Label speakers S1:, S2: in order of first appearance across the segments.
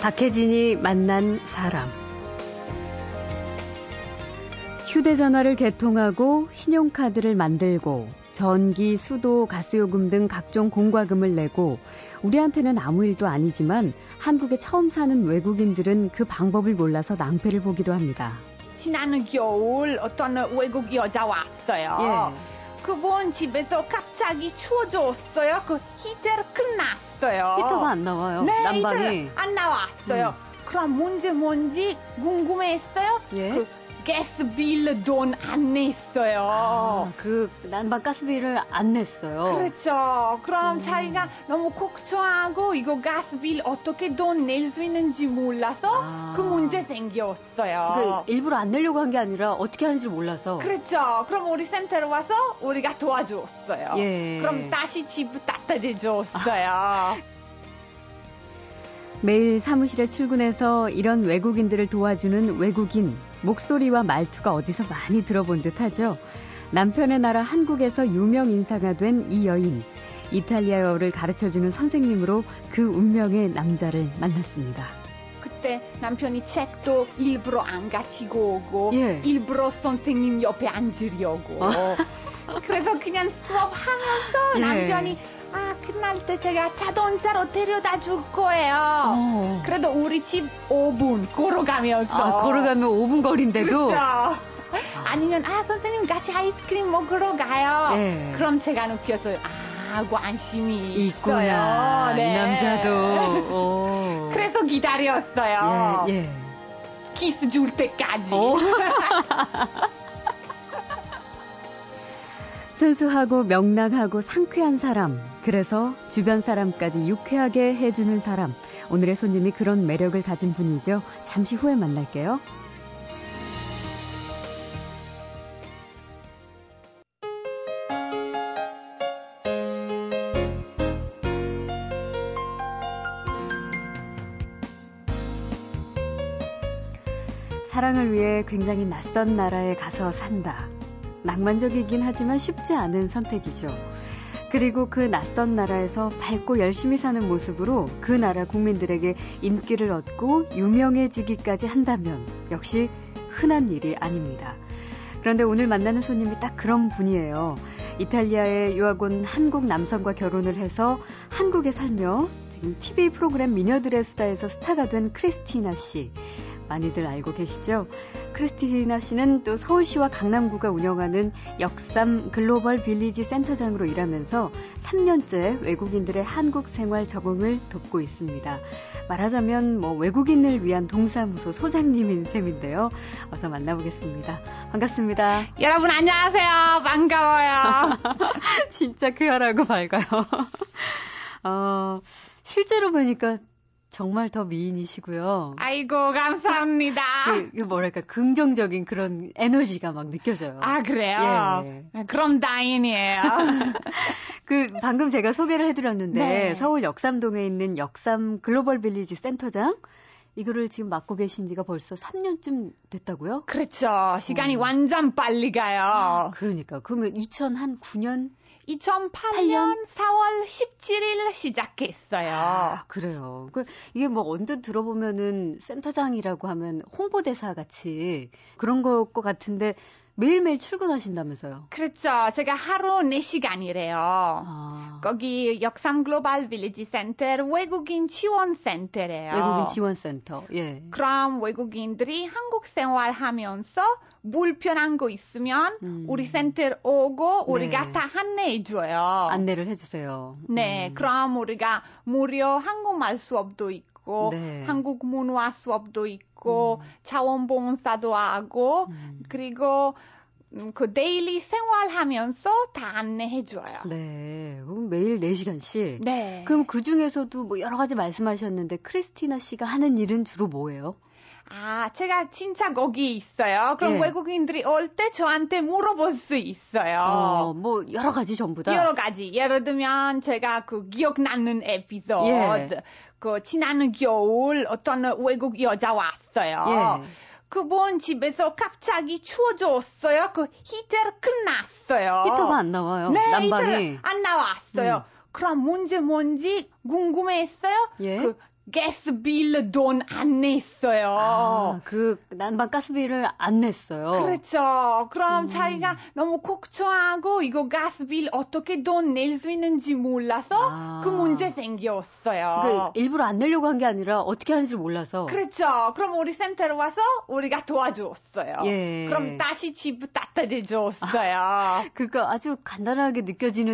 S1: 박혜진이 만난 사람. 휴대전화를 개통하고 신용카드를 만들고 전기, 수도, 가스요금 등 각종 공과금을 내고 우리한테는 아무 일도 아니지만 한국에 처음 사는 외국인들은 그 방법을 몰라서 낭패를 보기도 합니다.
S2: 지난 겨울 어떤 외국 여자
S1: 예.
S2: 왔어요. 그분 집에서 갑자기 추워졌어요. 그 히터를 끝났어요.
S1: 히터가 안 나와요.
S2: 아. 네,
S1: 난방이. 음.
S2: 히터를 안 나왔어요. 그럼 뭔지 뭔지 궁금했어요.
S1: 예.
S2: 그 가스빌 돈 안 냈어요.
S1: 아, 그 난방 가스비를 안 냈어요.
S2: 그렇죠. 그럼
S1: 음.
S2: 자기가 너무 걱정하고 이거 가스빌 어떻게 돈 낼 수 있는지 몰라서
S1: 아.
S2: 그 문제 생겼어요.
S1: 그 일부러 안 내려고 한 게 아니라 어떻게 하는지 몰라서.
S2: 그렇죠. 그럼 우리 센터로 와서 우리가 도와줬어요.
S1: 예. 아.
S2: 그럼 다시 집 따뜻해 줬어요.
S1: 매일 사무실에 출근해서 이런 외국인들을 도와주는 외국인 목소리와 말투가 어디서 많이 들어본 듯하죠. 남편의 나라 한국에서 유명 인사가 된 이 여인 이탈리아어를 가르쳐주는 선생님으로 그 운명의 남자를 만났습니다.
S2: 그때 남편이 책도 일부러 안 가지고 오고
S1: 예. 아.
S2: 일부러 선생님 옆에 앉으려고 그래서 그냥 수업하면서
S1: 예.
S2: 남편이 아 끝날 때 제가 자동차로 데려다 줄 거예요
S1: 어.
S2: 그래도 우리 집 5분 걸어가면서
S1: 아, 걸어가면 5분 거리인데도
S2: 그렇죠. 아니면 아 선생님 같이 아이스크림 먹으러 가요
S1: 예.
S2: 그럼 제가 느꼈어요 아 관심이
S1: 있구나
S2: 있어요.
S1: 이
S2: 네.
S1: 남자도. 오.
S2: 그래서 기다렸어요
S1: 예, 어? 예.
S2: 키스 줄 때까지.
S1: 오. 순수하고 명랑하고 상쾌한 사람, 그래서 주변 사람까지 유쾌하게 해주는 사람. 오늘의 손님이 그런 매력을 가진 분이죠. 잠시 후에 만날게요. 사랑을 위해 굉장히 낯선 나라에 가서 산다. 낭만적이긴 하지만 쉽지 않은 선택이죠. 그리고 그 낯선 나라에서 밝고 열심히 사는 모습으로 그 나라 국민들에게 인기를 얻고 유명해지기까지 한다면 역시 흔한 일이 아닙니다. 그런데 오늘 만나는 손님이 딱 그런 분이에요. 이탈리아의 유학 온 한국 남성과 결혼을 해서 한국에 살며 지금 TV 프로그램 미녀들의 수다에서 스타가 된 크리스티나 씨. 많이들 알고 계시죠? 크리스티나 씨는 또 서울시와 강남구가 운영하는 역삼 글로벌 빌리지 센터장으로 일하면서 3년째 외국인들의 한국 생활 적응을 돕고 있습니다. 말하자면 뭐 외국인을 위한 동사무소 소장님인 셈인데요. 어서 만나보겠습니다. 반갑습니다.
S2: 여러분 안녕하세요. 반가워요.
S1: 진짜 그 쾌활하고 밝아요. 어, 실제로 보니까 정말 더 미인이시고요.
S2: 아이고 감사합니다.
S1: 그, 그 뭐랄까 긍정적인 그런 에너지가 막 느껴져요.
S2: 아 그래요?
S1: 예.
S2: 그럼 다행이에요.
S1: 그 방금 제가 소개를 해드렸는데
S2: 네.
S1: 서울 역삼동에 있는 역삼 글로벌 빌리지 센터장 이거를 지금 맡고 계신 지가 벌써 3년쯤 됐다고요?
S2: 그렇죠.
S1: 음.
S2: 시간이 완전 빨리 가요.
S1: 그러니까 그러면 2009년
S2: 2008년 4월 17일 시작했어요.
S1: 아, 그래요. 그 이게 뭐 언뜻 들어보면은 센터장이라고 하면 홍보대사 같이 그런 것 같은데 매일매일 출근하신다면서요?
S2: 그렇죠. 제가 하루 4시간이래요.
S1: 아,
S2: 거기 역삼 글로벌 빌리지 센터 외국인 지원 센터래요.
S1: 외국인 지원센터. 예.
S2: 그럼 외국인들이 한국 생활하면서 불편한 거 있으면
S1: 음.
S2: 그 우리 센터 오고 우리가
S1: 네.
S2: 다 안내해줘요.
S1: 안내를 해주세요.
S2: 네,
S1: 음.
S2: 그럼 우리가 무료 한국말 수업도 있고
S1: 네.
S2: 한국 문화 수업도 있고
S1: 음.
S2: 자원봉사도 하고
S1: 음.
S2: 그리고 음, 그 데일리 생활하면서 다 안내해줘요.
S1: 네. 그럼 매일 4시간씩.
S2: 네.
S1: 그럼 그 중에서도 뭐 여러 가지 말씀하셨는데 크리스티나 씨가 하는 일은 주로 뭐예요?
S2: 아, 제가 진짜 거기 있어요. 그럼
S1: 예.
S2: 외국인들이 올 때 저한테 물어볼 수 있어요.
S1: 어, 뭐 여러 가지 전부 다.
S2: 아. 여러 가지. 예를 들면 제가 그 기억나는 에피소드.
S1: 예.
S2: 그 지난 겨울 어떤 외국 여자 왔어요.
S1: 예.
S2: 그분 집에서 갑자기 추워졌어요. 그 히터를 끝났어요.
S1: 히터가 안 나와요.
S2: 네,
S1: 난방이. 음.
S2: 히터를 안 나왔어요. 그럼 뭔지 뭔지 궁금했어요.
S1: 예.
S2: 그 가스빌 돈 안 냈어요.
S1: 아, 그 난방 가스비를 안 냈어요.
S2: 그렇죠. 그럼
S1: 음.
S2: 자기가 너무 걱정하고 이거 가스빌 어떻게 돈 낼 수 있는지 몰라서
S1: 아.
S2: 그 문제 생겼어요.
S1: 그러니까 일부러 안 내려고 한 게 아니라 어떻게 하는지 몰라서.
S2: 그렇죠. 그럼 우리 센터로 와서 우리가 도와주었어요.
S1: 예.
S2: 그럼 다시 집 따뜻해 줬어요.
S1: 그러니까 아주 간단하게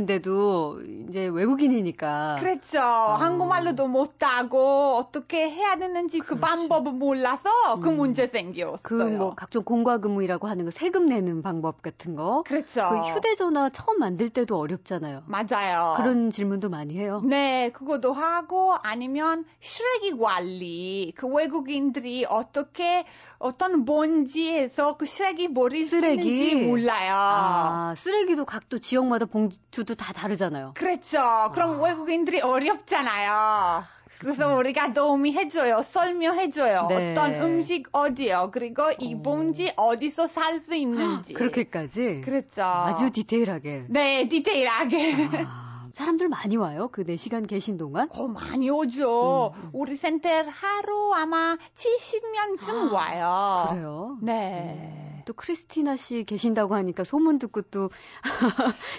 S1: 느껴지는데도 이제 외국인이니까.
S2: 그렇죠.
S1: 어.
S2: 한국말로도 못하고 어떻게 해야 되는지 그 방법을 몰라서 그
S1: 음.
S2: 문제 생겼어요.
S1: 그 뭐 각종 공과 근무이라고 하는 거 세금 내는 방법 같은 거.
S2: 그렇죠.
S1: 그 휴대전화 처음 만들 때도 어렵잖아요.
S2: 맞아요.
S1: 그런 질문도 많이 해요.
S2: 네, 그것도 하고 아니면 쓰레기 관리. 그 외국인들이 어떻게 어떤 먼지에서 그 쓰레기 버릴 수
S1: 쓰레기?
S2: 있는지 몰라요.
S1: 아, 쓰레기도 각도 지역마다 봉투도 다 다르잖아요.
S2: 그렇죠.
S1: 아.
S2: 그럼 외국인들이 어렵잖아요. 그래서 우리가 도움이 해줘요. 설명해줘요.
S1: 네.
S2: 어떤 음식 어디요. 그리고 이
S1: 오.
S2: 봉지 어디서 살 수 있는지.
S1: 그렇게까지.
S2: 그렇죠.
S1: 아주 디테일하게.
S2: 네, 디테일하게.
S1: 아, 사람들 많이 와요. 그 4시간 계신 동안.
S2: 어, 많이 오죠.
S1: 음, 음.
S2: 우리 센터 하루 아마 70명쯤 와요.
S1: 아, 그래요. 음,
S2: 네.
S1: 또 크리스티나 씨 계신다고 하니까 소문 듣고 또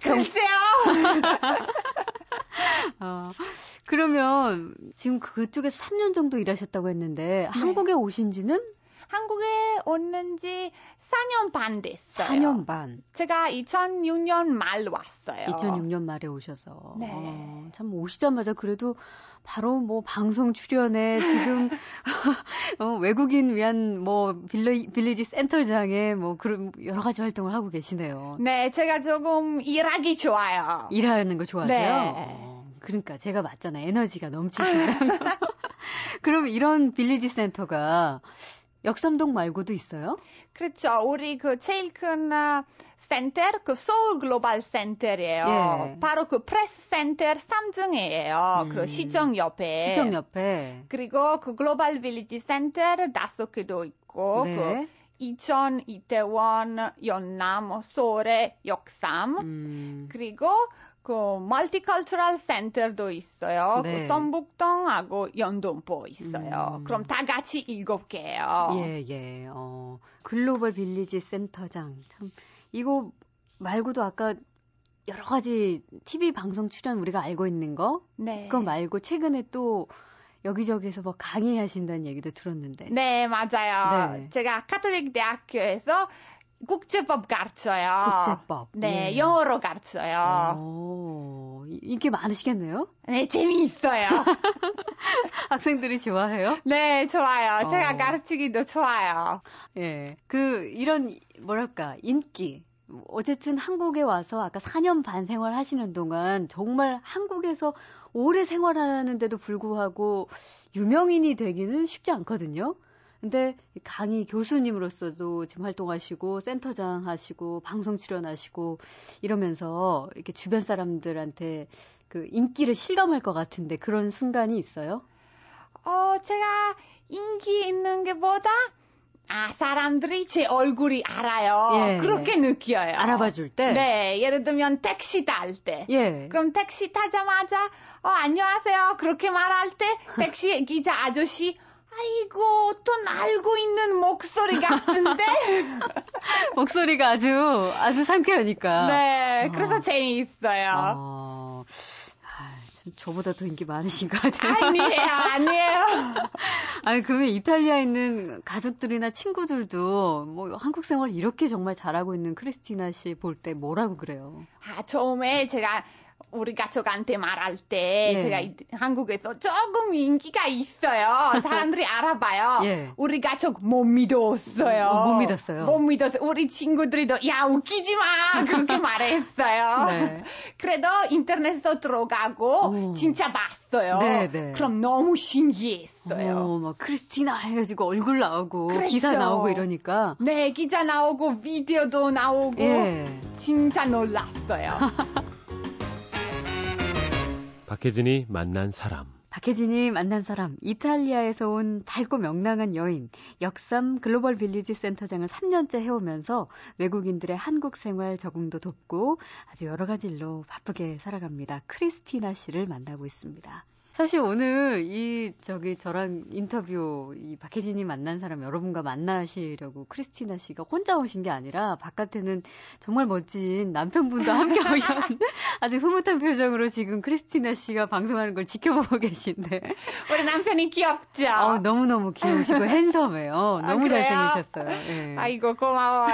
S1: 정-
S2: 글쎄요.
S1: 어, 그러면 지금 그쪽에 3년 정도 일하셨다고 했는데 한국에 오신 지는
S2: 한국에 온 지 4년 반 됐어요.
S1: 4년 반,
S2: 제가 2006년 말 왔어요.
S1: 2006년 말에 오셔서
S2: 네.
S1: 어, 참 오시자마자 그래도 바로 뭐 방송 출연에 지금 어, 외국인 위한 뭐 빌리, 빌리지 센터장에 뭐 그런 여러 가지 활동을 하고 계시네요.
S2: 네, 제가 조금 일하기 좋아요.
S1: 일하는 거 좋아하세요?
S2: 네.
S1: 어, 그러니까 제가 맞잖아요. 에너지가 넘치시잖아요. 그럼 이런 빌리지 센터가 역삼동 말고도 있어요?
S2: 그렇죠. 우리 그 제일 큰 아, 센터, 그 서울 글로벌 센터예요.
S1: 예.
S2: 바로 그 프레스 센터 3층이에요.
S1: 음.
S2: 그 시청 옆에.
S1: 시청 옆에.
S2: 그리고 그 글로벌 빌리지 센터 다섯 개도 있고
S1: 네.
S2: 그 이천, 이태원, 연남, 소래, 역삼
S1: 음,
S2: 그리고 그 멀티컬처럴 센터도 있어요.
S1: 네.
S2: 그 선북동하고 연동포 있어요.
S1: 음.
S2: 그럼 다 같이 일곱 개예요.
S1: 예, 예. 어, 글로벌 빌리지 센터장. 참, 이거 말고도 아까 여러 가지 TV 방송 출연 우리가 알고 있는 거?
S2: 네.
S1: 그거 말고 최근에 또 여기저기에서 뭐 강의하신다는 얘기도 들었는데.
S2: 네, 맞아요.
S1: 네.
S2: 제가 카톨릭 대학교에서 국제법 가르쳐요.
S1: 국제법.
S2: 네,
S1: 예.
S2: 영어로 가르쳐요.
S1: 오, 이- 인기 많으시겠네요?
S2: 네, 재미있어요.
S1: 학생들이 좋아해요?
S2: 네, 좋아요. 제가
S1: 어.
S2: 가르치기도 좋아요.
S1: 예. 그, 이런, 뭐랄까, 인기. 어쨌든 한국에 와서 아까 4년 반 생활하시는 동안 정말 한국에서 오래 생활하는데도 불구하고 유명인이 되기는 쉽지 않거든요. 근데 이 강의 교수님으로서도 지금 활동하시고 센터장 하시고 방송 출연하시고 이러면서 이렇게 주변 사람들한테 그 인기를 실감할 것 같은데 그런 순간이 있어요?
S2: 어, 제가 인기 있는 게 보다, 아, 사람들이 제 얼굴이 알아요.
S1: 예.
S2: 그렇게 느껴요.
S1: 알아봐 줄 때?
S2: 네, 예를 들면 택시 탈 때.
S1: 예.
S2: 그럼 택시 타자마자, 어, 안녕하세요. 그렇게 말할 때, 택시 기자 아저씨, 아이고, 어떤 알고 있는 목소리 같은데?
S1: 목소리가 아주 아주 상쾌하니까.
S2: 네,
S1: 아.
S2: 그래서 재미있어요.
S1: 어, 아, 참 저보다 더 인기 많으신 것 같아요.
S2: 아니에요, 아니에요.
S1: 아니 그러면 이탈리아에 있는 가족들이나 친구들도 뭐 한국 생활 이렇게 정말 잘하고 있는 크리스티나 씨 볼 때 뭐라고 그래요?
S2: 아, 처음에 제가 우리 가족한테 말할 때
S1: 네.
S2: 제가 이- 한국에서 조금 인기가 있어요. 사람들이 알아봐요.
S1: 예.
S2: 우리 가족 못 믿었어요.
S1: 어, 못 믿었어요.
S2: 못 믿었어요. 우리 친구들이도 야 웃기지 마 그렇게 말했어요.
S1: 네.
S2: 그래도 인터넷에서 들어가고
S1: 오.
S2: 진짜 봤어요.
S1: 네, 네.
S2: 그럼 너무 신기했어요.
S1: 어, 막 크리스티나 해가지고 얼굴 나오고
S2: 그랬죠.
S1: 기사 나오고 이러니까.
S2: 네, 기자 나오고 비디오도 나오고
S1: 예.
S2: 진짜 놀랐어요.
S3: 박혜진이 만난 사람.
S1: 박혜진이 만난 사람, 이탈리아에서 온 밝고 명랑한 여인, 역삼 글로벌 빌리지 센터장을 3년째 해오면서 외국인들의 한국 생활 적응도 돕고 아주 여러 가지 일로 바쁘게 살아갑니다. 크리스티나 씨를 만나고 있습니다. 사실 오늘 이 저기 저랑 인터뷰 이 박혜진이 만난 사람 여러분과 만나시려고 크리스티나 씨가 혼자 오신 게 아니라 바깥에는 정말 멋진 남편분도 함께 오셨는데 아주 흐뭇한 표정으로 지금 크리스티나 씨가 방송하는 걸 지켜보고 계신데
S2: 우리 남편이 귀엽죠?
S1: 어, 너무너무 귀여우시고 핸섬해요. 너무
S2: 아. 그래요?
S1: 잘생기셨어요. 예.
S2: 아이고, 고마워요.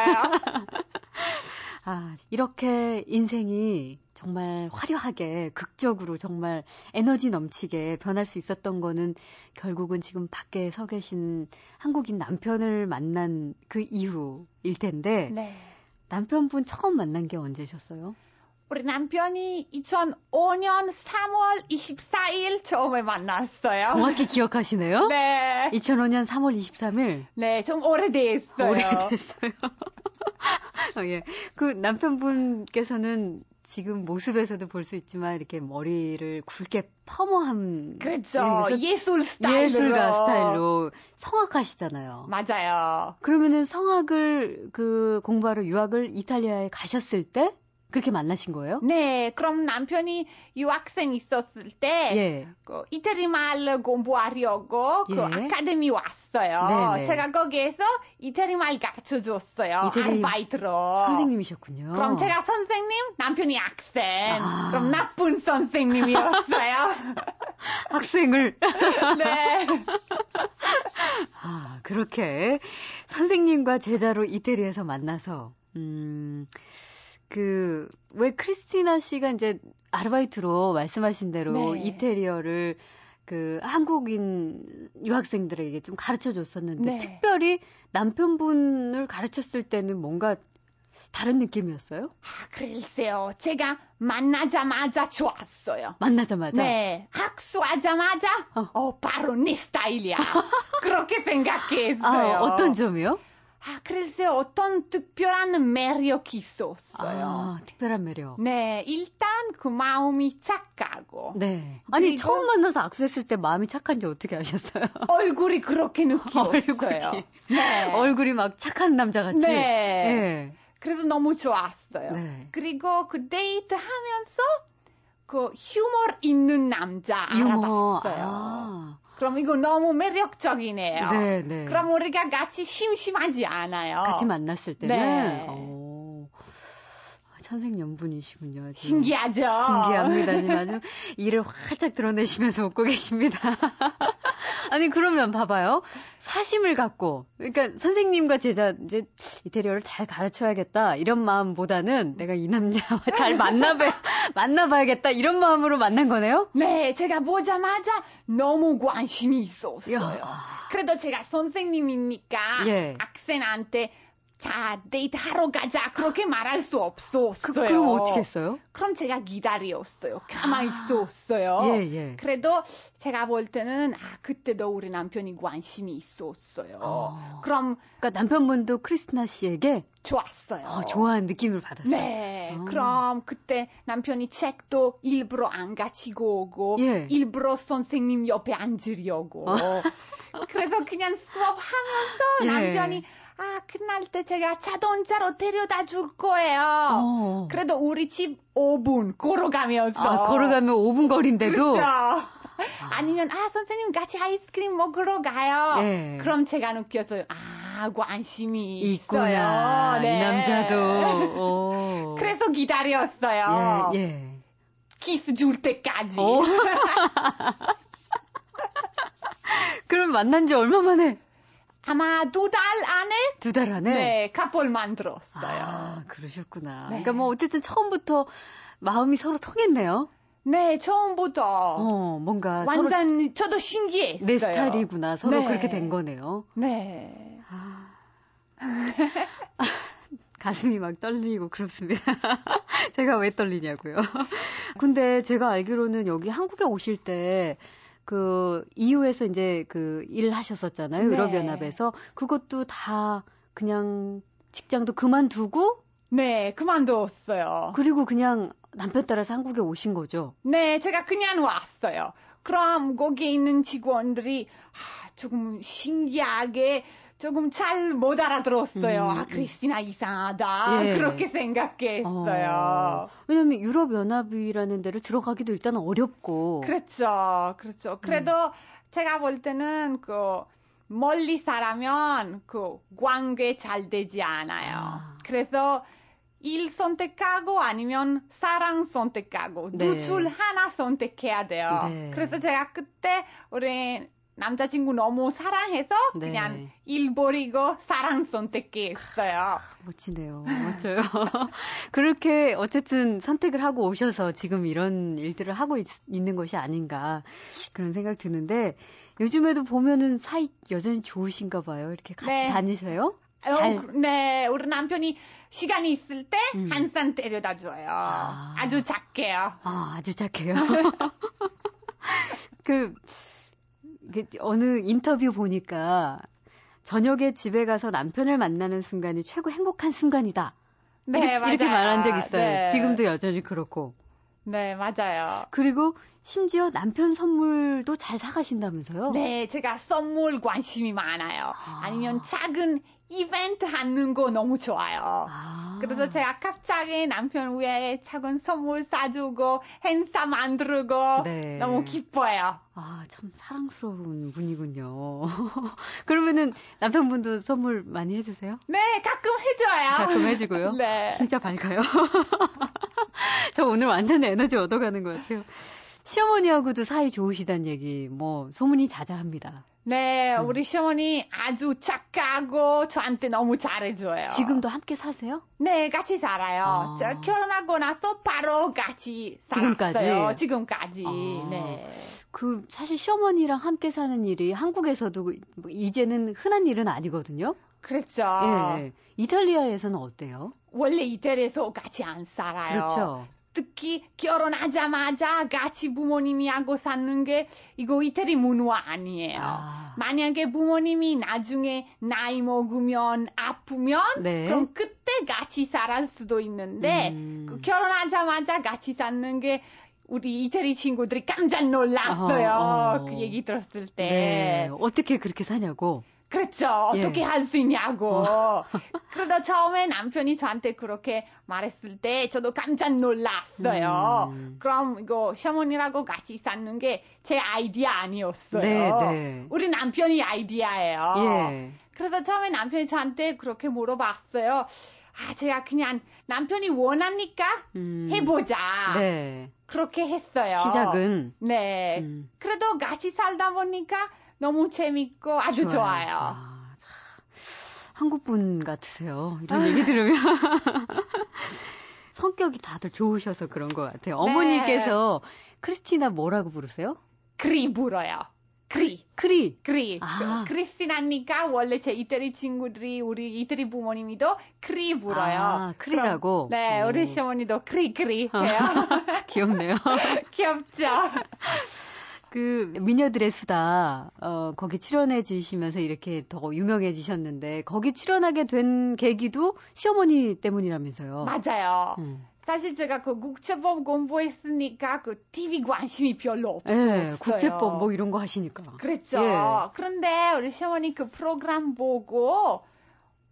S1: 아, 이렇게 인생이 정말 화려하게 극적으로 정말 에너지 넘치게 변할 수 있었던 거는 결국은 지금 밖에 서 계신 한국인 남편을 만난 그 이후일 텐데
S2: 네.
S1: 남편분 처음 만난 게 언제셨어요?
S2: 우리 남편이 2005년 3월 24일 처음에 만났어요.
S1: 정확히 기억하시네요?
S2: 아, 네.
S1: 2005년 3월 23일
S2: 네, 좀 오래됐어요.
S1: 오래됐어요. 어, 예. 그 남편분께서는 지금 모습에서도 볼 수 있지만 이렇게 머리를 굵게 펌어한
S2: 그렇죠.
S1: 예,
S2: 예술 스타일로.
S1: 예술가 스타일로 성악하시잖아요.
S2: 맞아요.
S1: 그러면은 성악을 그 공부하러 유학을 이탈리아에 가셨을 때 그렇게 만나신 거예요?
S2: 네, 그럼 남편이 유학생 있었을 때
S1: 예.
S2: 그 이태리 말 공부하려고 그
S1: 예.
S2: 아카데미 왔어요.
S1: 네, 네.
S2: 제가 거기에서 이태리 말 가르쳐 줬어요.
S1: 이태리
S2: 아르바이트로.
S1: 선생님이셨군요.
S2: 어. 그럼 제가 선생님, 남편이 학생.
S1: 어. 아.
S2: 그럼 나쁜 선생님이었어요.
S1: 학생을
S2: 네.
S1: 아, 그렇게 선생님과 제자로 이태리에서 만나서 음. 그 왜 크리스티나 씨가 이제 아르바이트로 말씀하신 대로
S2: 네.
S1: 이태리어를 그 한국인 유학생들에게 좀 가르쳐 줬었는데
S2: 네.
S1: 특별히 남편분을 가르쳤을 때는 뭔가 다른 느낌이었어요?
S2: 아, 글쎄요. 제가 만나자마자 좋았어요.
S1: 만나자마자
S2: 네. 학수하자마자,
S1: 어.
S2: 어, 바로 네 스타일이야. 그렇게 생각했어요.
S1: 아, 어떤 점이요?
S2: 아, 글쎄요. 어떤 특별한 매력이 있었어요.
S1: 아, 특별한 매력.
S2: 네, 일단 그 마음이 착하고
S1: 네. 아니
S2: 그리고-
S1: 처음 만나서 악수했을 때 마음이 착한지 어떻게 아셨어요?
S2: 얼굴이 그렇게 느꼈어요.
S1: 얼굴이.
S2: 네.
S1: 얼굴이 막 착한 남자 같이.
S2: 네. 그래서 너무 좋았어요.
S1: 네.
S2: 그리고 그 데이트 하면서 그 휴머 있는 남자
S1: 예. 유머.
S2: 알아봤어요.
S1: 아.
S2: 그럼 이거 너무 매력적이네요.
S1: 네, 네.
S2: 예, 아, 그럼 우리가 같이 심심하지 않아요.
S1: 같이 만났을 때는 어.
S2: 네.
S1: 오. 천생연분이시군요. 아주.
S2: 신기하죠?
S1: 신기합니다. 지금 아주 이를 활짝 드러내시면서 웃고 계십니다. 아니 그러면 봐봐요. 사심을 갖고, 그러니까 선생님과 제자 이제 이태리어를 잘 가르쳐야겠다 이런 마음보다는 내가 이 남자와 잘 만나봐 만나봐야겠다 이런 마음으로 만난 거네요.
S2: 네, 제가 보자마자 너무 관심이 있었어요.
S1: 야.
S2: 그래도 제가 선생님이니까
S1: 예.
S2: 학생한테 자 데이트하러 가자 그렇게 말할 수 없었어요.
S1: 그, 럼 어떻게 했어요?
S2: 그럼 제가 기다렸어요. 가만히 있었어요.
S1: 아, 예, 예.
S2: 그래도 제가 볼 때는 아 그때도 우리 남편이 관심이 있었어요.
S1: 어.
S2: 그럼
S1: 그러니까 남편분도 크리스티나 씨에게
S2: 좋았어요.
S1: 어, 좋아하는 느낌을 받았어요.
S2: 네,
S1: 어.
S2: 그럼 그때 남편이 책도 일부러 안 가지고 오고
S1: 예. 아.
S2: 일부러 선생님 옆에 앉으려고 그래서 그냥 수업하면서
S1: 예.
S2: 남편이 아 끝날 때 제가 자동차로 데려다 줄 거예요.
S1: 어.
S2: 그래도 우리 집 5분 걸어가면서
S1: 아, 걸어가면 5분 거리인데도
S2: 그렇죠. 아니면 아 선생님 같이 아이스크림 먹으러 가요.
S1: 예.
S2: 그럼 제가 느꼈어요. 아 관심이
S1: 있구나.
S2: 있어요. 네.
S1: 이 남자도. 오.
S2: 그래서 기다렸어요.
S1: 예, 어? 예.
S2: 키스 줄 때까지.
S1: 오. 그럼 만난 지 얼마 만에?
S2: 아마 두 달 안에
S1: 두 달 안에?
S2: 네, 카폴 만들었어요.
S1: 아, 그러셨구나.
S2: 네.
S1: 그러니까 뭐 어쨌든 처음부터 마음이 서로 통했네요.
S2: 네, 처음부터
S1: 어, 뭔가 서로
S2: 완전 저도 신기했어요.
S1: 내 스타일이구나. 서로
S2: 네.
S1: 그렇게 된 거네요.
S2: 네.
S1: 아. 가슴이 막 떨리고 그렇습니다. 제가 왜 떨리냐고요. 근데 제가 알기로는 여기 한국에 오실 때, 그, EU에서 이제 그 일을 하셨었잖아요.
S2: 네.
S1: 유럽연합에서. 그것도 다 그냥 직장도 그만두고,
S2: 네, 그만뒀어요.
S1: 그리고 그냥 남편 따라서 한국에 오신 거죠.
S2: 네, 제가 그냥 왔어요. 그럼 거기에 있는 직원들이 아, 조금 신기하게 조금 잘 못 알아들었어요.
S1: 음,
S2: 아,
S1: 음.
S2: 크리스티나 이상하다.
S1: 예.
S2: 그렇게 생각했어요.
S1: 왜냐면 유럽연합이라는 데를 들어가기도 일단 어렵고. 음.
S2: 그렇죠. 그렇죠. 그래도 제가 볼 때는 그 멀리 사라면 그 관계 잘 되지 않아요.
S1: 아.
S2: 그래서 일 선택하고 아니면 사랑 선택하고
S1: 네.
S2: 두 줄 하나 선택해야 돼요.
S1: 네.
S2: 그래서 제가 그때 우리 남자친구 너무 사랑해서
S1: 네.
S2: 그냥 일 버리고 사랑
S1: 아,
S2: 선택했어요.
S1: 멋지네요. 멋져요. 그렇게 어쨌든 선택을 하고 오셔서 지금 이런 일들을 하고 있, 는 것이 아닌가 그런 생각 드는데 요즘에도 보면은 사이 여전히 좋으신가 봐요. 이렇게 같이
S2: 네.
S1: 다니세요?
S2: 어,
S1: 잘-
S2: 그- 네, 우리 남편이 시간이 있을 때
S1: 음.
S2: 항상 데려다 줘요.
S1: 아.
S2: 아. 주 작게요.
S1: 아, 아주 착해요. 그, 그 어느 인터뷰 보니까 저녁에 집에 가서 남편을 만나는 순간이 최고 행복한 순간이다.
S2: 네,
S1: 이렇게,
S2: 맞아요.
S1: 이렇게 말한 적 있어요.
S2: 네.
S1: 지금도 여전히 그렇고.
S2: 네, 맞아요.
S1: 그리고 심지어 남편 선물도 잘 사가신다면서요?
S2: 네, 제가 선물 관심이 많아요.
S1: 어. 아.
S2: 아. 니면 작은 이벤트 하는 거 너무 좋아요.
S1: 아.
S2: 그래서 제가 갑자기 남편 위해 작은 선물 사주고 행사 만들고
S1: 네.
S2: 너무 기뻐요.
S1: 아, 참 사랑스러운 분이군요. 그러면은 남편분도 선물 많이 해주세요?
S2: 네, 가끔 해줘요.
S1: 가끔 해주고요.
S2: 네.
S1: 진짜 밝아요. 저 오늘 완전 에너지 얻어가는 것 같아요. 시어머니하고도 사이 좋으시단 얘기, 뭐, 소문이 자자합니다.
S2: 네,
S1: 음.
S2: 우리 시어머니 아주 착하고 저한테 너무 잘해줘요.
S1: 지금도 함께 사세요?
S2: 네, 같이 살아요.
S1: 아.
S2: 저 결혼하고 나서 바로 같이
S1: 지금까지?
S2: 살았어요. 지금까지.
S1: 아.
S2: 네.
S1: 그, 사실 시어머니랑 함께 사는 일이 한국에서도 뭐 이제는 흔한 일은 아니거든요?
S2: 그렇죠.
S1: 예. 이탈리아에서는 어때요?
S2: 원래 이태리에서 같이 안 살아요.
S1: 그렇죠.
S2: 특히 결혼하자마자 같이 부모님이하고 사는 게 이거 이태리 문화 아니에요.
S1: 아.
S2: 만약에 부모님이 나중에 나이 먹으면 아프면
S1: 네.
S2: 그럼 그때 같이 살할 수도 있는데
S1: 음.
S2: 그 결혼하자마자 같이 사는 게 우리 이태리 친구들이 깜짝 놀랐어요.
S1: 어, 어.
S2: 그 얘기 들었을 때.
S1: 네. 어떻게 그렇게 사냐고.
S2: 그렇죠.
S1: 예. 어.
S2: 어떻게 할 수 있냐고. 그러다 처음에 남편이 저한테 그렇게 말했을 때 저도 깜짝 놀랐어요.
S1: 음.
S2: 그럼 이거 시어머니라고 같이 사는 게 제 아이디어 아니었어요.
S1: 네, 네.
S2: 우리 남편이 아이디어예요.
S1: 예.
S2: 그래서 처음에 남편이 저한테 그렇게 물어봤어요. 아, 제가 그냥 남편이 원하니까
S1: 음.
S2: 해보자.
S1: 네.
S2: 그렇게 했어요.
S1: 시작은.
S2: 네.
S1: 음.
S2: 그래도 같이 살다 보니까 너무 재밌고 아주 좋아요.
S1: 아, 참. 한국분 같으세요. 이런 얘기 들으면. 성격이 다들 좋으셔서 그런 것
S2: 네.
S1: 같아요. 어머니께서 크리스티나 뭐라고 부르세요?
S2: 그리 불어요. 그리.
S1: 크리.
S2: 그리.
S1: 아.
S2: 그 크리스티나니까 원래 제 이태리 친구들이 우리 이태리 부모님이도 그리 불어요.
S1: 아, 크리라고?
S2: 그럼, 네,
S1: 오.
S2: 우리 시어머니도 그리 그리 해요.
S1: 귀엽네요.
S2: 귀엽죠?
S1: 그 미녀들의 수다 어, 거기 출연해 주시면서 이렇게 더 유명해지셨는데 거기 출연하게 된 계기도 시어머니 때문이라면서요.
S2: 맞아요.
S1: 음.
S2: 사실 제가 그 국제법 공부했으니까 그 TV 관심이 별로 없었어요.
S1: 예, 국제법 뭐 이런 거 하시니까.
S2: 그랬죠.
S1: 예.
S2: 그런데 우리 시어머니 그 프로그램 보고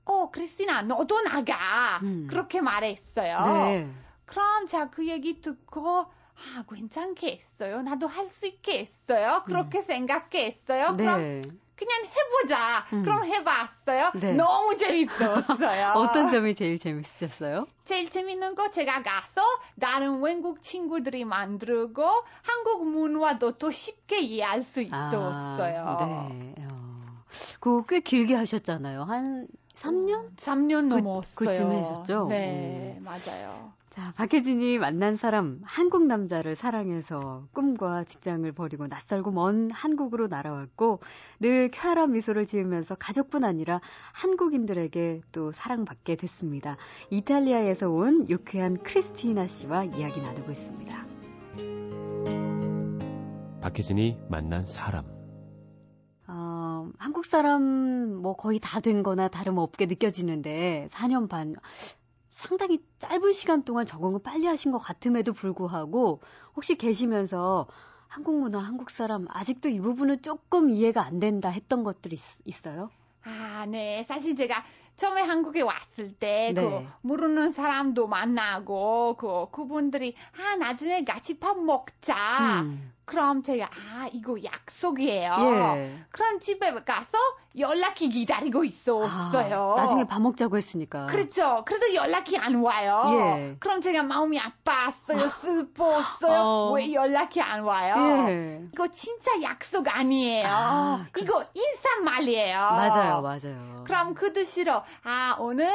S2: 어, 크리스티나 너도 나가.
S1: 음.
S2: 그렇게 말했어요.
S1: 네.
S2: 그럼 제가 그 얘기 듣고 아, 괜찮겠어요. 나도 할 수 있겠어요. 그렇게 생각했어요. 그럼
S1: 음. 네.
S2: 그냥 해보자.
S1: 음.
S2: 그럼 해봤어요.
S1: 네.
S2: 너무 재밌었어요.
S1: 어떤 점이 제일 재밌으셨어요?
S2: 제일 재밌는 거 제가 가서 다른 외국 친구들이 만들고 한국 문화도 더 쉽게 이해할 수 있었어요.
S1: 아, 네. 어. 그거 꽤 길게 하셨잖아요. 한 3년?
S2: 3년
S1: 그-
S2: 넘었어요.
S1: 그쯤 해셨죠?
S2: 네, 맞아요.
S1: 자, 박혜진이 만난 사람, 한국 남자를 사랑해서 꿈과 직장을 버리고 낯설고 먼 한국으로 날아왔고 늘 쾌활한 미소를 지으면서 가족뿐 아니라 한국인들에게 또 사랑받게 됐습니다. 이탈리아에서 온 유쾌한 크리스티나 씨와 이야기 나누고 있습니다.
S3: 박혜진이 만난 사람.
S1: 어, 한국 사람 뭐 거의 다 된 거나 다름없게 느껴지는데 4년 반 상당히 짧은 시간 동안 적응을 빨리 하신 것 같음에도 불구하고 혹시 계시면서 한국 문화, 한국 사람 아직도 이 부분은 조금 이해가 안 된다 했던 것들이 있, 어요
S2: 아, 네. 사실 제가 처음에 한국에 왔을 때,
S1: 네.
S2: 그, 모르는 사람도 만나고, 그, 그분들이, 아, 나중에 같이 밥 먹자. 그럼 제가, 아, 이거 약속이에요.
S1: 음. 예.
S2: 그럼 집에 가서 연락이 기다리고 있었어요.
S1: 아, 나중에 밥 먹자고 했으니까.
S2: 그렇죠. 그래도 연락이 안 와요.
S1: 예.
S2: 그럼 제가 마음이 아팠어요. 슬펐어요.
S1: 어.
S2: 왜 연락이 안 와요?
S1: 예.
S2: 이거 진짜 약속 아니에요.
S1: 아, 그-
S2: 이거 인사말이에요.
S1: 맞아요, 맞아요.
S2: 그럼 그 뜻으로 아 오늘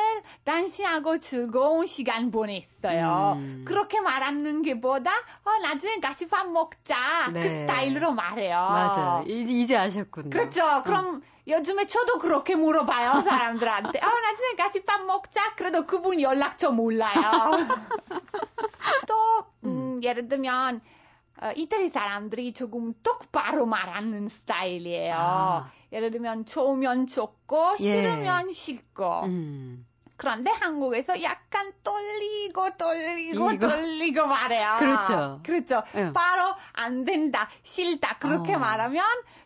S2: 당신하고 즐거운 시간 보냈어요.
S1: 음.
S2: 그렇게 말하는 게 보다 어, 나중에 같이 밥 먹자 그
S1: 네.
S2: 스타일로 말해요.
S1: 맞아요. 이제, 이제 아셨군요. 어.
S2: 그렇죠. 그럼 요즘에 저도 그렇게 물어봐요 사람들한테. 어 나중에 같이 밥 먹자. 그래도 그분 연락처 몰라요. 또 음, 예를 들면 어, 이태리 사람들이 조금 똑바로 말하는 스타일이에요.
S1: 아.
S2: 예를 들면 좋으면 좋고
S1: 예.
S2: 싫으면 싫고.
S1: 음.
S2: 그런데 한국에서 약간 떨리고 떨리고
S1: 이거.
S2: 떨리고 말해요.
S1: 그렇죠.
S2: 그렇죠.
S1: 예.
S2: 바로 안 된다, 싫다 그렇게
S1: 어.
S2: 말하면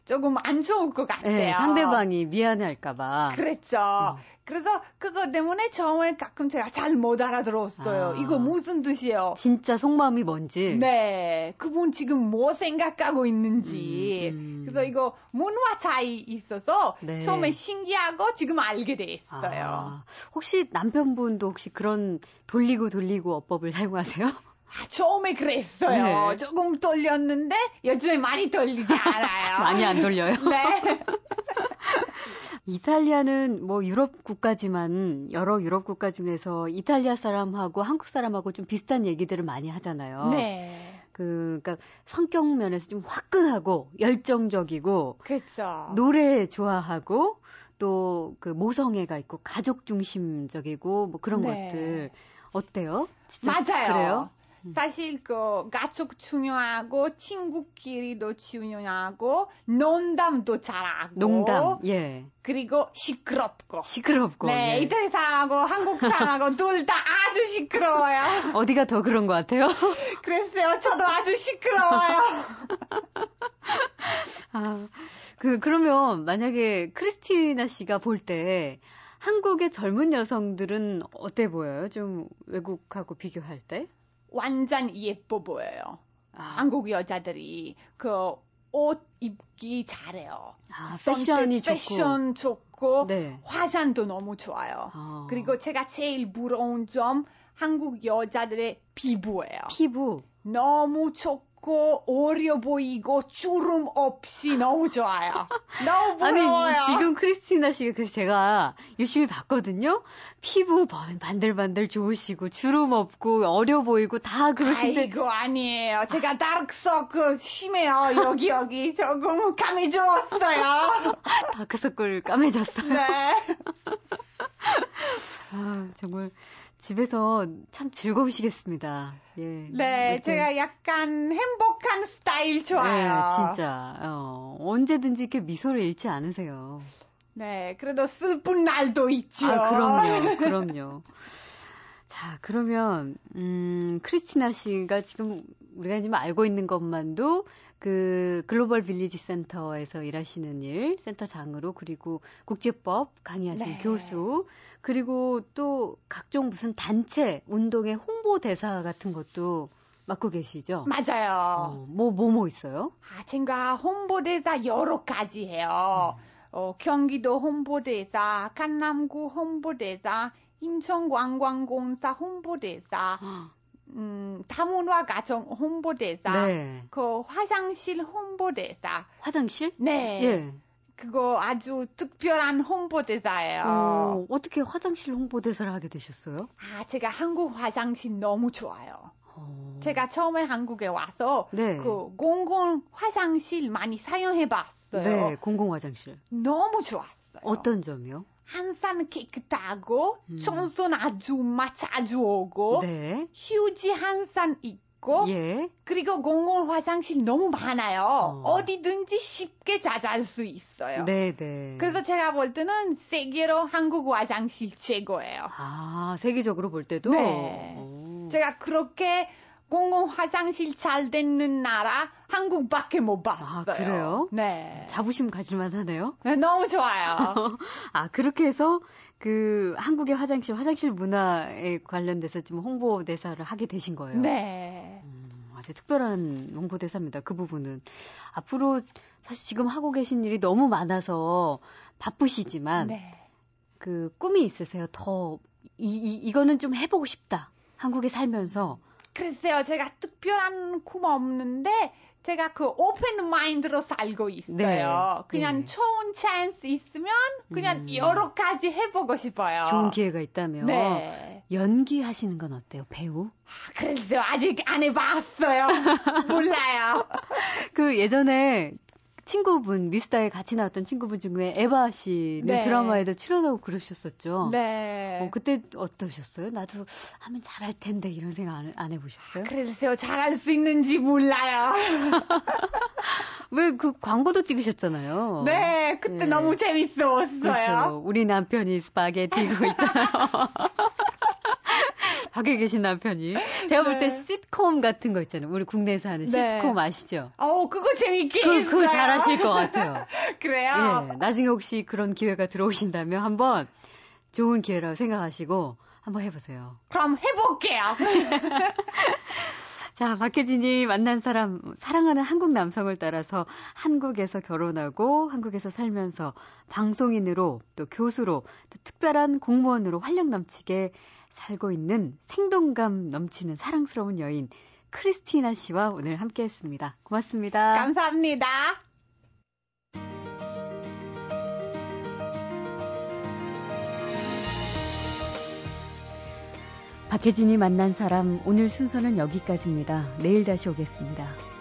S2: 조금 안 좋을 것 같아요.
S1: 예, 상대방이 음. 미안해할까봐.
S2: 그랬죠. 그래서 그거 때문에 처음에 가끔 제가 잘 못 알아들었어요.
S1: 아. 예.
S2: 이거 무슨 뜻이에요?
S1: 진짜 속마음이 뭔지.
S2: 네, 그분 지금 뭐 생각하고 있는지.
S1: 음, 음.
S2: 그래서 이거 문화 차이 있어서
S1: 네.
S2: 처음에 신기하고 지금 알게 됐어요.
S1: 아, 혹시 남편분도 혹시 그런 돌리고 돌리고 어법을 사용하세요?
S2: 아, 처음에 그랬어요.
S1: 네.
S2: 조금 떨렸는데 요즘에 많이 떨리지 않아요.
S1: 많이 안 돌려요.
S2: 네.
S1: 이탈리아는 뭐 유럽 국가지만 여러 유럽 국가 중에서 이탈리아 사람하고 한국 사람하고 좀 비슷한 얘기들을 많이 하잖아요.
S2: 네.
S1: 그, 그러니까 성격 면에서 좀 화끈하고 열정적이고
S2: 그렇죠.
S1: 노래 좋아하고 또 그 모성애가 있고 가족 중심적이고 뭐 그런
S2: 네.
S1: 것들 어때요? 진짜
S2: 맞아요.
S1: 그래요?
S2: 사실 그 가족 중요하고 친구끼리도 중요하고 농담도 잘하고
S1: 농담, 예,
S2: 그리고 시끄럽고.
S1: 시끄럽고.
S2: 뭐? 네,
S1: 예.
S2: 이태리 사람하고 한국 사람하고 둘 다 아주 시끄러워요.
S1: 어디가 더 그런 것 같아요?
S2: 그랬어요. 저도 아주 시끄러워요.
S1: 아, 그, 그러면 만약에 크리스티나 씨가 볼 때 한국의 젊은 여성들은 어때 보여요? 좀 외국하고 비교할 때?
S2: 완전 예뻐 보여요.
S1: 아,
S2: 한국 여자들이 그 옷 입기 잘해요.
S1: 아,
S2: 선택,
S1: 패션이 좋고.
S2: 패션 좋고
S1: 네.
S2: 화장도 너무 좋아요.
S1: 아.
S2: 그리고 제가 제일 부러운 점 한국 여자들의 피부예요.
S1: 피부.
S2: 너무 좋고 어려 보이고 주름 없이 너무 좋아요. 너무
S1: 아니, 이-
S2: 부러워요.
S1: 지금 크리스티나 씨가 그래서 제가 유심히 봤거든요. 피부 번- 반들반들 좋으시고, 주름 없고, 어려 보이고, 다 그러신데.
S2: 아이고 아니에요. 제가 다크서클 심해요. 여기 여기 조금 감이 좋았어요.
S1: 다크서클 까매졌어요.
S2: 네.
S1: 아, 정말 집에서 참 즐거우시겠습니다. 예.
S2: 네,
S1: 이렇게
S2: 제가 약간 행복한 스타일 좋아요.
S1: 네, 진짜. 어, 언제든지 이렇게 미소를 잃지 않으세요.
S2: 네, 그래도 슬픈 날도 있죠.
S1: 아, 그럼요. 그럼요. 자, 그러면, 음, 크리스티나 씨가 지금 우리가 지금 알고 있는 것만도 그 글로벌 빌리지 센터에서 일하시는 일, 센터장으로, 그리고 국제법 강의하신
S2: 네.
S1: 교수, 그리고 또 각종 무슨 단체, 운동의 홍보대사 같은 것도 맡고 계시죠?
S2: 맞아요.
S1: 어, 뭐, 뭐, 뭐 있어요?
S2: 아, 제가 홍보대사 여러 가지 해요.
S1: 음.
S2: 어, 경기도 홍보대사, 강남구 홍보대사, 인천관광공사 홍보대사, 음, 다문화 가정 홍보대사,
S1: 네.
S2: 그 화장실 홍보대사.
S1: 화장실?
S2: 네.
S1: 예.
S2: 그거 아주 특별한 홍보대사예요.
S1: 어, 어떻게 화장실 홍보대사를 하게 되셨어요?
S2: 아, 제가 한국 화장실 너무 좋아요.
S1: 어.
S2: 제가 처음에 한국에 와서
S1: 네.
S2: 그 공공 화장실 많이 사용해 봤어요.
S1: 네, 공공 화장실.
S2: 너무 좋았어요.
S1: 어떤 점이요?
S2: 항상 깨끗하고
S1: 음.
S2: 청소는 아줌마 자주 오고
S1: 네.
S2: 휴지 항상 있고
S1: 예.
S2: 그리고 공공 화장실 너무 많아요.
S1: 어.
S2: 어. 디든지 쉽게 찾아갈 수 있어요.
S1: 네, 네.
S2: 그래서 제가 볼 때는 세계로 한국 화장실 최고예요.
S1: 아, 세계적으로 볼 때도
S2: 네.
S1: 오.
S2: 제가 그렇게 공공 화장실 잘 되는 나라 한국밖에 못 봤어요.
S1: 아, 그래요?
S2: 네.
S1: 자부심 가질만 하네요.
S2: 네, 너무 좋아요.
S1: 아, 그렇게 해서 그 한국의 화장실, 화장실 문화에 관련돼서 좀 홍보대사를 하게 되신 거예요.
S2: 네.
S1: 음, 아주 특별한 홍보대사입니다. 그 부분은. 앞으로 사실 지금 하고 계신 일이 너무 많아서 바쁘시지만
S2: 네.
S1: 그 꿈이 있으세요. 더, 이, 이, 이거는 좀 해보고 싶다. 한국에 살면서.
S2: 글쎄요, 제가 특별한 꿈 없는데, 제가 그 오픈 마인드로 살고 있어요.
S1: 네.
S2: 그냥
S1: 네.
S2: 좋은 찬스 있으면, 그냥
S1: 음.
S2: 여러 가지 해보고 싶어요.
S1: 좋은 기회가 있다면.
S2: 네.
S1: 연기하시는 건 어때요, 배우?
S2: 아, 글쎄요, 아직 안 해봤어요. 몰라요.
S1: 그 예전에 친구분, 미스타에 같이 나왔던 친구분 중에 에바 씨는
S2: 네.
S1: 드라마에도 출연하고 그러셨었죠.
S2: 네.
S1: 어, 그때 어떠셨어요? 나도 하면 잘할 텐데 이런 생각 안, 안 해보셨어요?
S2: 글쎄요, 잘할 수 있는지 몰라요.
S1: 왜 그 광고도 찍으셨잖아요.
S2: 네, 그때
S1: 네.
S2: 너무 재밌었어요.
S1: 그렇죠. 우리 남편이 스파게티고 있잖아요. 밖에 계신 남편이. 제가 볼 때
S2: 네.
S1: 시트콤 같은 거 있잖아요. 우리 국내에서 하는
S2: 네.
S1: 시트콤 아시죠?
S2: 어, 그거 재밌게
S1: 그,
S2: 했어요.
S1: 그거 잘하실 것 같아요.
S2: 그래요?
S1: 예, 나중에 혹시 그런 기회가 들어오신다면 한번 좋은 기회라고 생각하시고 한번 해보세요.
S2: 그럼 해볼게요.
S1: 자, 박혜진이 만난 사람, 사랑하는 한국 남성을 따라서 한국에서 결혼하고 한국에서 살면서 방송인으로 또 교수로 또 특별한 공무원으로 활력 넘치게 살고 있는 생동감 넘치는 사랑스러운 여인 크리스티나 씨와 오늘 함께 했습니다. 고맙습니다.
S2: 감사합니다.
S1: 박혜진이 만난 사람 오늘 순서는 여기까지입니다. 내일 다시 오겠습니다.